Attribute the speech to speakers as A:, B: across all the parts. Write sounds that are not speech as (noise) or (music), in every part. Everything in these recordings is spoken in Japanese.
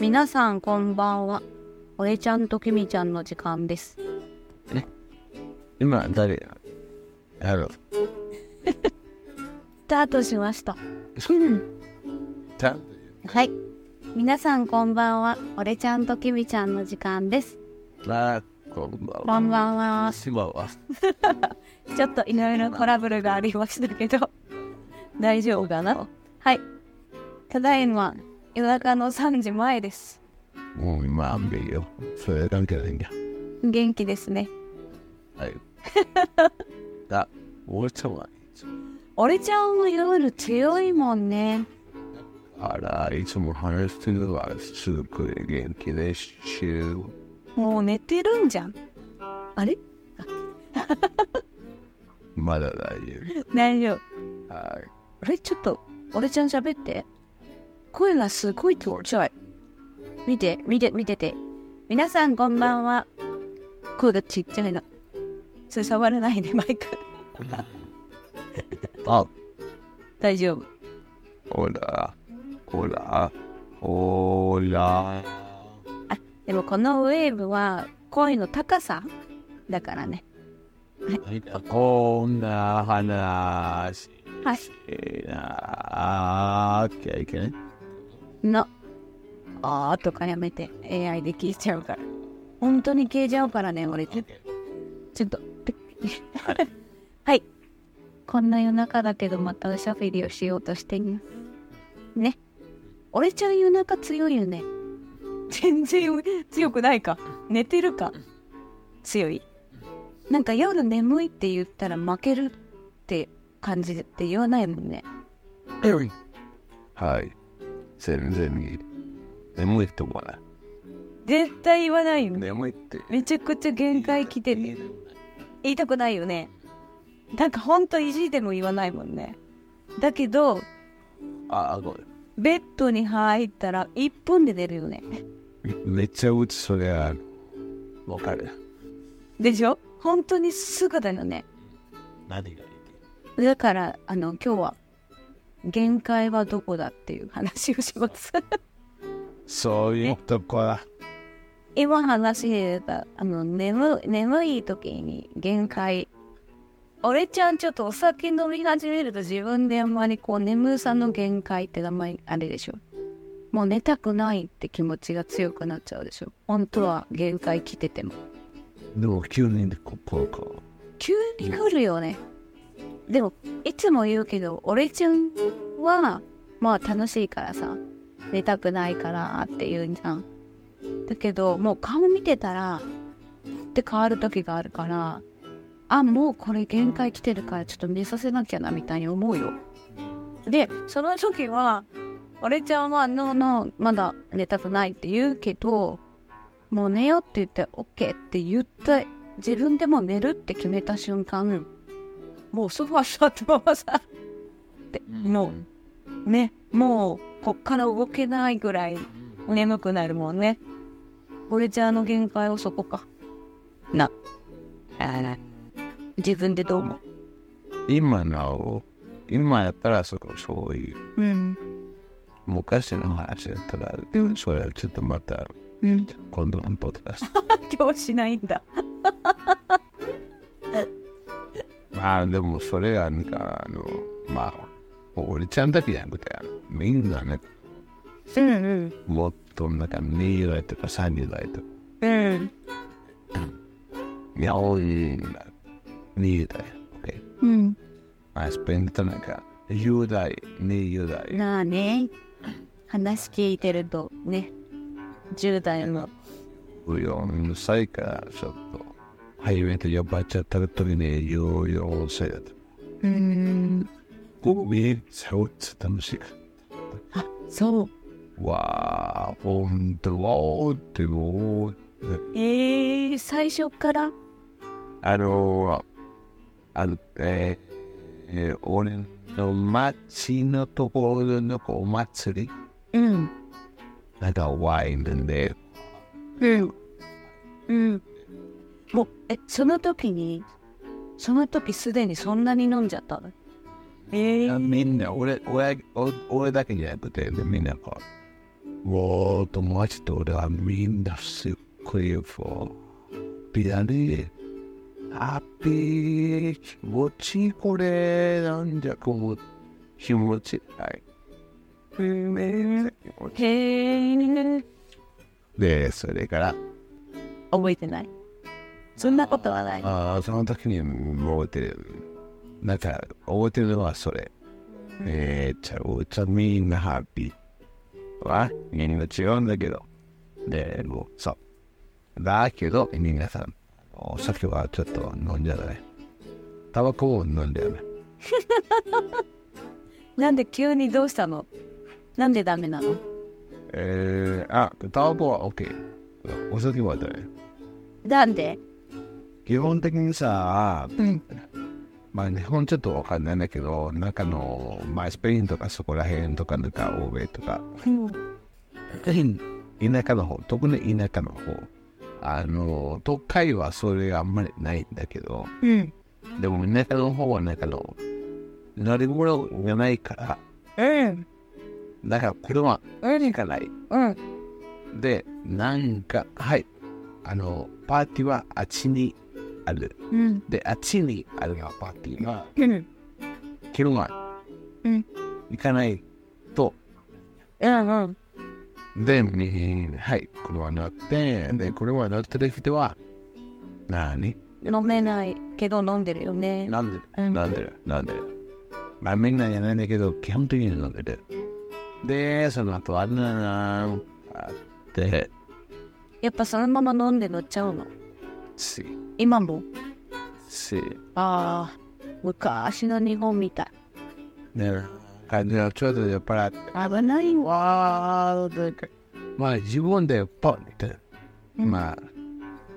A: 皆さんこんばんは。おえちゃんときみちゃんの時間です。
B: 今、誰ややろう。
A: スタートしました。
B: ちゃん
A: はい。皆さんこんばんは。おれちゃんときみちゃんの時間です。
B: な、こんばん
A: こ
B: は。
A: んばんは。
B: しばは。
A: ちょっといろいろトラブルがありましたけど、 (laughs) 大丈夫かなはい。ただいま、夜中の3時前です。
B: もう今、雨よ。それだけでいいんだ。
A: 元気ですね。
B: はい。だ、お茶は。
A: おれちゃんは夜強いもんね。
B: あら、いつも話してるのは、すごい元気でしゅ。
A: もう寝てるんじゃん。あれ
B: まだ大丈
A: 大丈夫。
B: 夫。はい。
A: あれちょっと、俺ちゃん喋って。声がすごいちっちゃい。見て、見て、見てて。皆さんこんばんは。声がちっちゃいな。それ触らないで、マイク。
B: あ、
A: 大丈夫。
B: ほら、ほら、ほら。
A: あ、でもこのウェーブは声の高さだからね。
B: こんな話。
A: はい。
B: いなきゃいけない。
A: の。あーとかやめて。AI で聞いちゃうから。本当に消えちゃうからね、俺。ちょっと。はい。こんな夜中だけど、またおしゃべりをしようとしています。ね。俺ちゃん夜中強いよね。全然強くないか。寝てるか。強い。なんか夜眠いって言ったら負けるって感じって言わないもんね。
B: はい。全然いい。眠いって思わない。
A: 絶対言わないよね。
B: 眠いって。
A: めちゃくちゃ限界来てる。言いたくないよね。なんかほんと意地でも言わないもんね。だけど、
B: あ、ご
A: ベッドに入ったら1分で出るよね。
B: めん。めっちゃうちそれは、わかる。
A: でしょ本当にすぐだよね。
B: 何がいい
A: だから、あの、今日は、限界はどこだっていう話をします。
B: そういうとこだ。
A: 今話し出た、あの、眠、眠い時に限界。俺ちゃんちょっとお酒飲み始めると自分であんまりこう眠さの限界ってあんまりあれでしょ。もう寝たくないって気持ちが強くなっちゃうでしょ。本当は限界来てても。
B: でも急にこここ
A: 急に来るよね。でも、いつも言うけど、俺ちゃんは、まあ楽しいからさ、寝たくないからって言うんじゃん。だけど、もう顔見てたら、って変わる時があるから、あ、もうこれ限界来てるから、ちょっと寝させなきゃな、みたいに思うよ。で、その時は、俺ちゃんは、ノーノー、まだ寝たくないって言うけど、もう寝ようって言って、オッケーって言った自分でも寝るって決めた瞬間もうソファー座ったままさ (laughs) でもうねもうこっから動けないぐらい眠くなるもんね俺じゃあの限界をそこかなあら自分でどう思
B: 今の、今やったらそこそういう。
A: ううん
B: 昔の話やったら、それはちょっとまた
A: うん
B: 今度のポッドキャスト。
A: 今日しないんだ
B: まあでもそれはなんかあのまあ俺ちゃんだけじゃなくてみんなね
A: うんうん
B: もっとなんか2代とか3代とか
A: うん
B: 日本人な2代 OK
A: うん
B: まあスペインとなんか10代20代
A: なあね話聞いてるとね10代の
B: 14歳からちょっと初めて呼ばれちゃった時に14歳だと
A: うん
B: ここめっちゃ落ち楽しい
A: あそう
B: わあほんとわおってもう
A: えー、最初から
B: あの、あの、えーえー俺の町のところのこうお祭り、
A: うん。
B: なんかワインで、
A: うん。うん。もう、え、その時に、その時すでにそんなに飲んじゃったのえ
B: みんな、俺、俺、俺俺だけじゃなくて、みんなこう、もう友達と俺はみんなすっごいこう、ビラで、ハッピー、気持ちいいこれ、なんじゃこの気持ちいい。はい。
A: へえ
B: で、それから、
A: 覚えてないそんなことはない
B: あーその時に覚えてる。なんか、覚えてるのはそれ。めっちゃ、おちゃみんなハッピー。は、みんな違うんだけど。で、もう、そう。だけど、皆さん、お酒はちょっと飲んじゃダメ。タバコを飲んじゃダメ。
A: なんで急にどうしたのなんでダメなの
B: えー、あ、タバコは OK。お酒はダメ。
A: なんで
B: 基本的にさ、まあ日本ちょっとわかんないんだけど、中の、まあスペインとかそこら辺とか、なんか欧米とか、田舎の方、特に田舎の方、あの、都会はそれがあんまりないんだけど、
A: うん
B: でも田舎の方はなんかの、乗り物がないから、
A: うん
B: だから車、何がない。
A: うん
B: で、なんか、はい、あの、パーティーはあっちにある。
A: うん
B: で、あっちにあるがパーティーが、
A: うん
B: 昼間、
A: うん
B: 行かないと、
A: うん
B: で、みはい、これはなって、で、これはなってる人は、なに
A: 飲めないけど飲んでるよね
B: なんで
A: う
B: る
A: ん
B: なんでるなんでるまあみんなやらないんだけど、基本的に飲んでる。で、その後、あれだなあって、
A: やっぱそのまま飲んで乗っちゃうの
B: し、
A: 今も
B: し、
A: ああ昔の日本みたい
B: ね、感じはちょっと酔っ払って、
A: 危ないわ
B: わーって、まあ自分でポンって、
A: うん
B: まあ、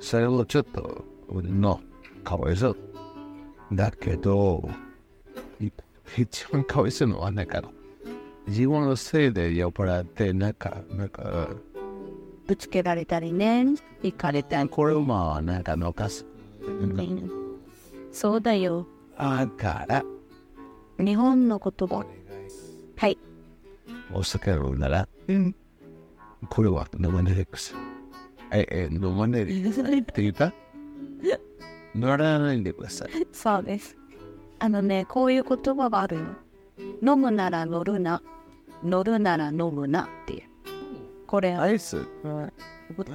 B: それをちょっと、俺の、かわいそう。だけど、い一番かわいそうのは、なんか、自分のせいで酔っ払って、なんか、なんか、
A: ぶつけられたりね行かれたり
B: これもなんか残す。なんか
A: そうだよ
B: だから、
A: 日本の言葉はい
B: お酒飲むなら、
A: うん
B: これは飲まないでください。え、え、飲まないでくださいって言った乗らないでください。
A: そうです。あのね、こういう言葉があるの。飲むなら乗るな。乗るなら飲むなっていう。これ、
B: イス。ア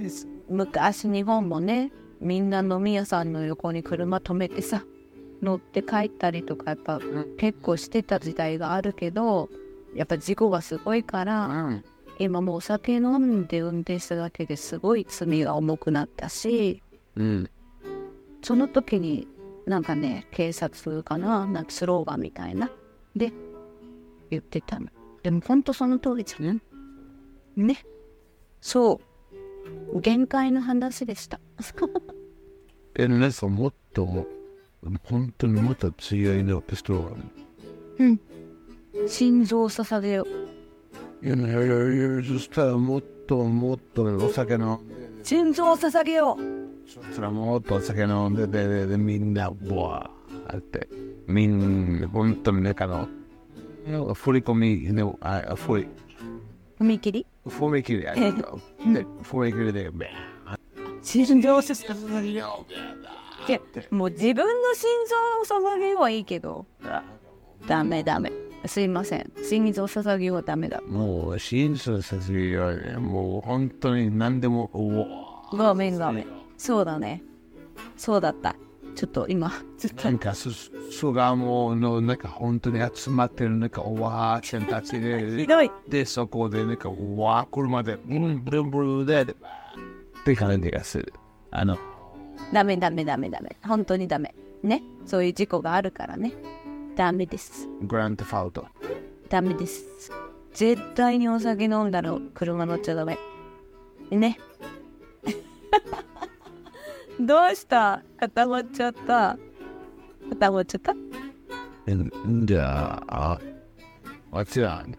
B: イス。
A: 昔日本もね、みんな飲み屋さんの横に車止めてさ、乗って帰ったりとか、やっぱ結構してた時代があるけど、やっぱ事故がすごいから、
B: うん。
A: 今もうお酒飲んで運転しただけですごい罪が重くなったし、
B: うん。
A: その時になんかね警察かななんかスローガンみたいなで言ってたのでもほんとその通りじゃんねそう限界の話でした
B: え、皆さんもっと、本当にもっと強いのピストルがある。
A: 心臓を捧げよう
B: いやいやいやいや、そしたらもっともっとお酒飲んで、
A: 心臓を捧げよう
B: そしたらもっとお酒飲んで、で、で、でみんな、わーって、みんな、本当に中の、振り込み、でも、あ、振り、
A: 踏切
B: 振り切り、ありがとう。で、振り切りで、べ
A: 心臓を捧げよういやもう自分の心臓を捧げようはいいけどダメダメすいません心臓を捧げようはダメだ
B: もう、真摯させるよね、もう、本当に何でも、うわー。
A: ごめんごめん。そうだね。そうだった。ちょっと今、ちょっ
B: なんかそ、そがもうの、なんか本当に集まってる、なんか、おわーちゃんたちで、
A: どい
B: で、そこで、なんか、うわー、車で、うん、ブルンブルンで、でって感じがする。あの、
A: ダメダメダメダメ。本当にダメ。ね。そういう事故があるからね。ダメです。
B: グランドファウト。
A: ダメです。絶対にお酒飲んだら車乗っちゃダメ。ね。 (laughs) どうした固まっちゃった。固まっちゃった
B: んじゃあ、もちろん、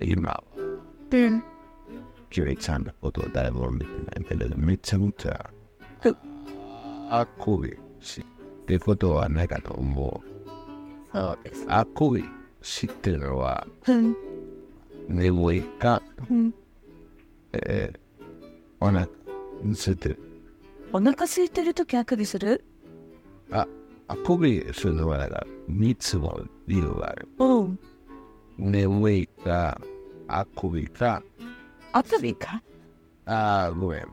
B: 今、
A: うん。
B: キュウイちゃんのことを誰も見てないけれど、めちゃめちゃ、あっこいいし、ってことはないかと思う。
A: そうです。
B: あっこいいしっていうのは、
A: うん。
B: 眠いか、
A: うん
B: えー、お腹ついてる。
A: お腹空いてる時あくびする
B: あ、あくびするのはなんか3つも理由がある。
A: うん。
B: 眠いか、あくびか、
A: あくびか
B: あー、ごめん。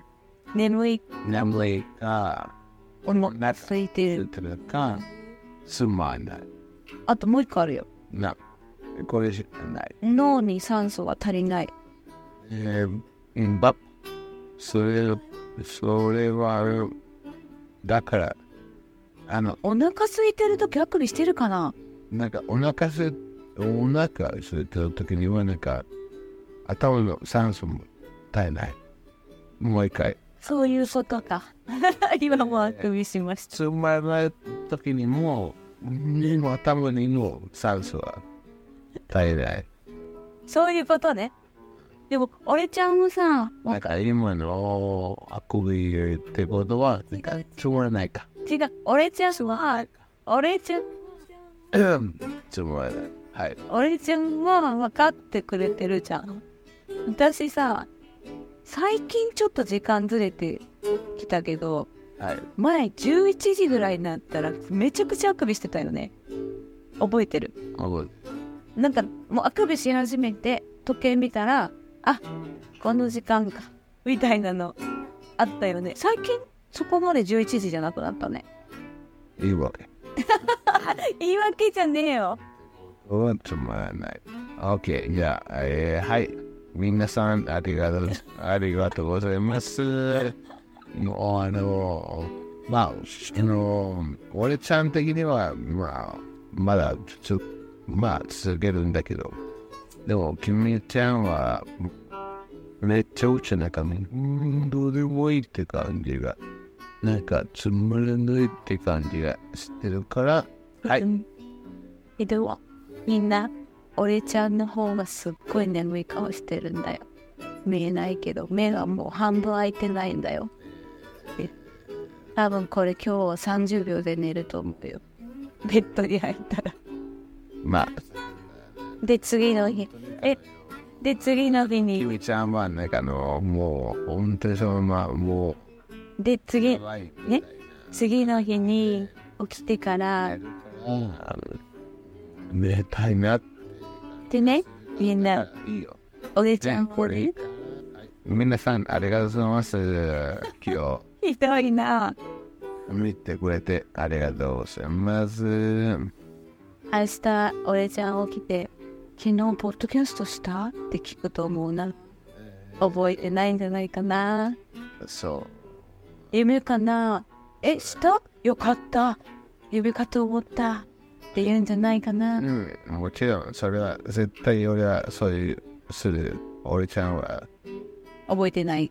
A: 眠い。
B: 眠いか、
A: お腹空いて
B: つい
A: る。
B: てるか、つまんない。
A: あともう一個あるよ。
B: な、これしかない。
A: 脳に酸素が足りない。
B: えー、ば、それ、それは、だから、あの、
A: お腹空いてる時あくびしてるかな
B: なんかお腹すお腹すいてる時にはなんか頭の酸素も足りない。もう一回。
A: そういうことか。 (laughs) 今もあくびしました。
B: つまらない時にもにも頭にも酸素は足りない。
A: そういうことね。でも、俺ちゃんもさ、
B: なんか今のあくびってことはなんかつまらないか。
A: 違う、俺ちゃんは、俺ちゃん、
B: うんつまらない。はい。
A: 俺ちゃんは分かってくれてるじゃん。私さ、最近ちょっと時間ずれてきたけど、
B: はい。
A: 前11時ぐらいになったらめちゃくちゃあくびしてたよね。覚えてる。
B: あごめん
A: なんかもうあくびし始めて時計見たらあこの時間かみたいなのあったよね最近そこまで11時じゃなくなったね
B: いいわけ。
A: 言い訳じゃねえよ
B: うん、つまらない。OK、じゃあ、えー、はい。皆さん、ありがとう、ありがとうございます。もう、あの、まあ、あの、俺ちゃん的には、まあ、まだ、ちょ、まあ、続けるんだけど、でも、君ちゃんは、めっちゃうちなんか、うーん、どうでもいいって感じが、なんか、つまらないって感じがしてるから、はい。
A: けどみんな俺ちゃんの方がすっごい眠い顔してるんだよ見えないけど目がもう半分開いてないんだよで多分これ今日は30秒で寝ると思うよベッドに入ったら
B: まあ、
A: で次の日えで次の日
B: キ
A: に
B: ミちゃんはなんかあのもう本当にそのままも
A: で
B: う
A: 次
B: やばい
A: ね次の日に起きてから
B: あ寝たいな
A: でねみんない
B: いよ
A: お姉ち
B: じゃ
A: ゃ
B: あ
A: んも
B: これ
A: ね
B: 皆さんありがとうございます今
A: ひどいな
B: 日見てくれてありがとうございます
A: 明日お姉ちゃん起きて昨日ポッドキャストしたって聞くと思うな覚えてないんじゃないかな
B: そ
A: 夢かなえしたよかった夢かと思ったって言うんじゃないか
B: う、
A: な
B: うん、もちろんそれは絶対俺はそういうする俺ちゃんは
A: 覚えてない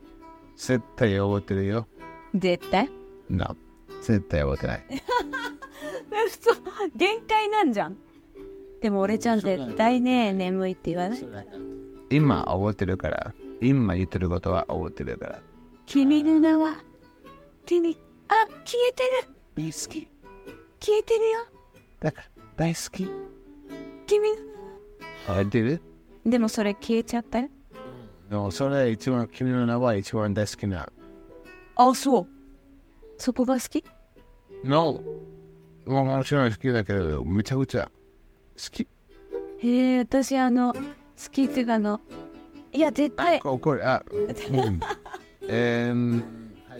B: 絶対覚えてるよ
A: 絶対
B: な絶対覚えてない
A: え嘘限界なんじゃんでも俺ちゃん絶対ね眠いって言わない
B: 今覚えてるから今言ってることは覚えてるから
A: 君の名は君あ消えてる
B: 大好き
A: 消えてるよ
B: だから大好き
A: 君の
B: あれてる
A: でもそれ消えちゃったよ
B: でもそれ一番君の名は一番大好きな
A: あそうそこが好き
B: No もちろん好きだけどめちゃくちゃ好き
A: へえ私あの好きっていうかあのいや絶対
B: ここれあ (laughs) うんえー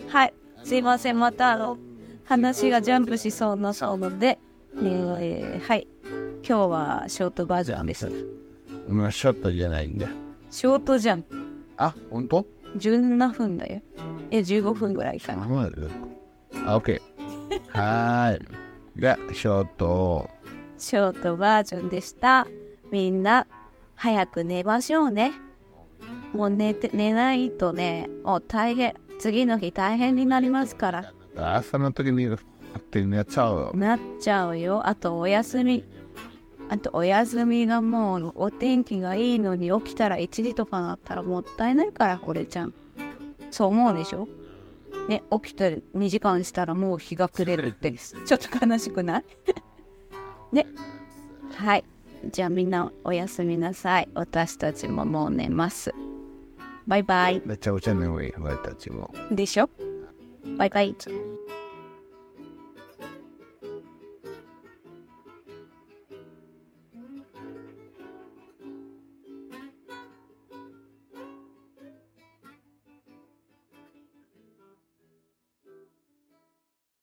A: はいすいませんまたあの話がジャンプしそうなそうなので、えー、はい今日はショートバージョンです
B: まあショットじゃないんだ
A: ショートジャンプ
B: あ本当
A: 17分だよ。え、15分ぐらいか
B: あ
A: な。
B: まあ OK はーいがショット
A: ショートバージョンでした。みんな、早く寝ましょうね。もう寝て、寝ないとね、もう大変、次の日大変になりますから。
B: 朝の時にあって寝ちゃうよ
A: なっちゃうよ。あとお休み。あとお休みがもうお天気がいいのに起きたら1時とかなったらもったいないから、これちゃん。そう思うでしょね、起きて2時間したらもう (laughs) 日が暮れるって、ちょっと悲しくないね。はい。じゃあみんなおやすみなさい。私たちももう寝ます。バイバイ。
B: めちゃくちゃ眠い、俺たちも。
A: でしょバイバイ。
B: じゃあ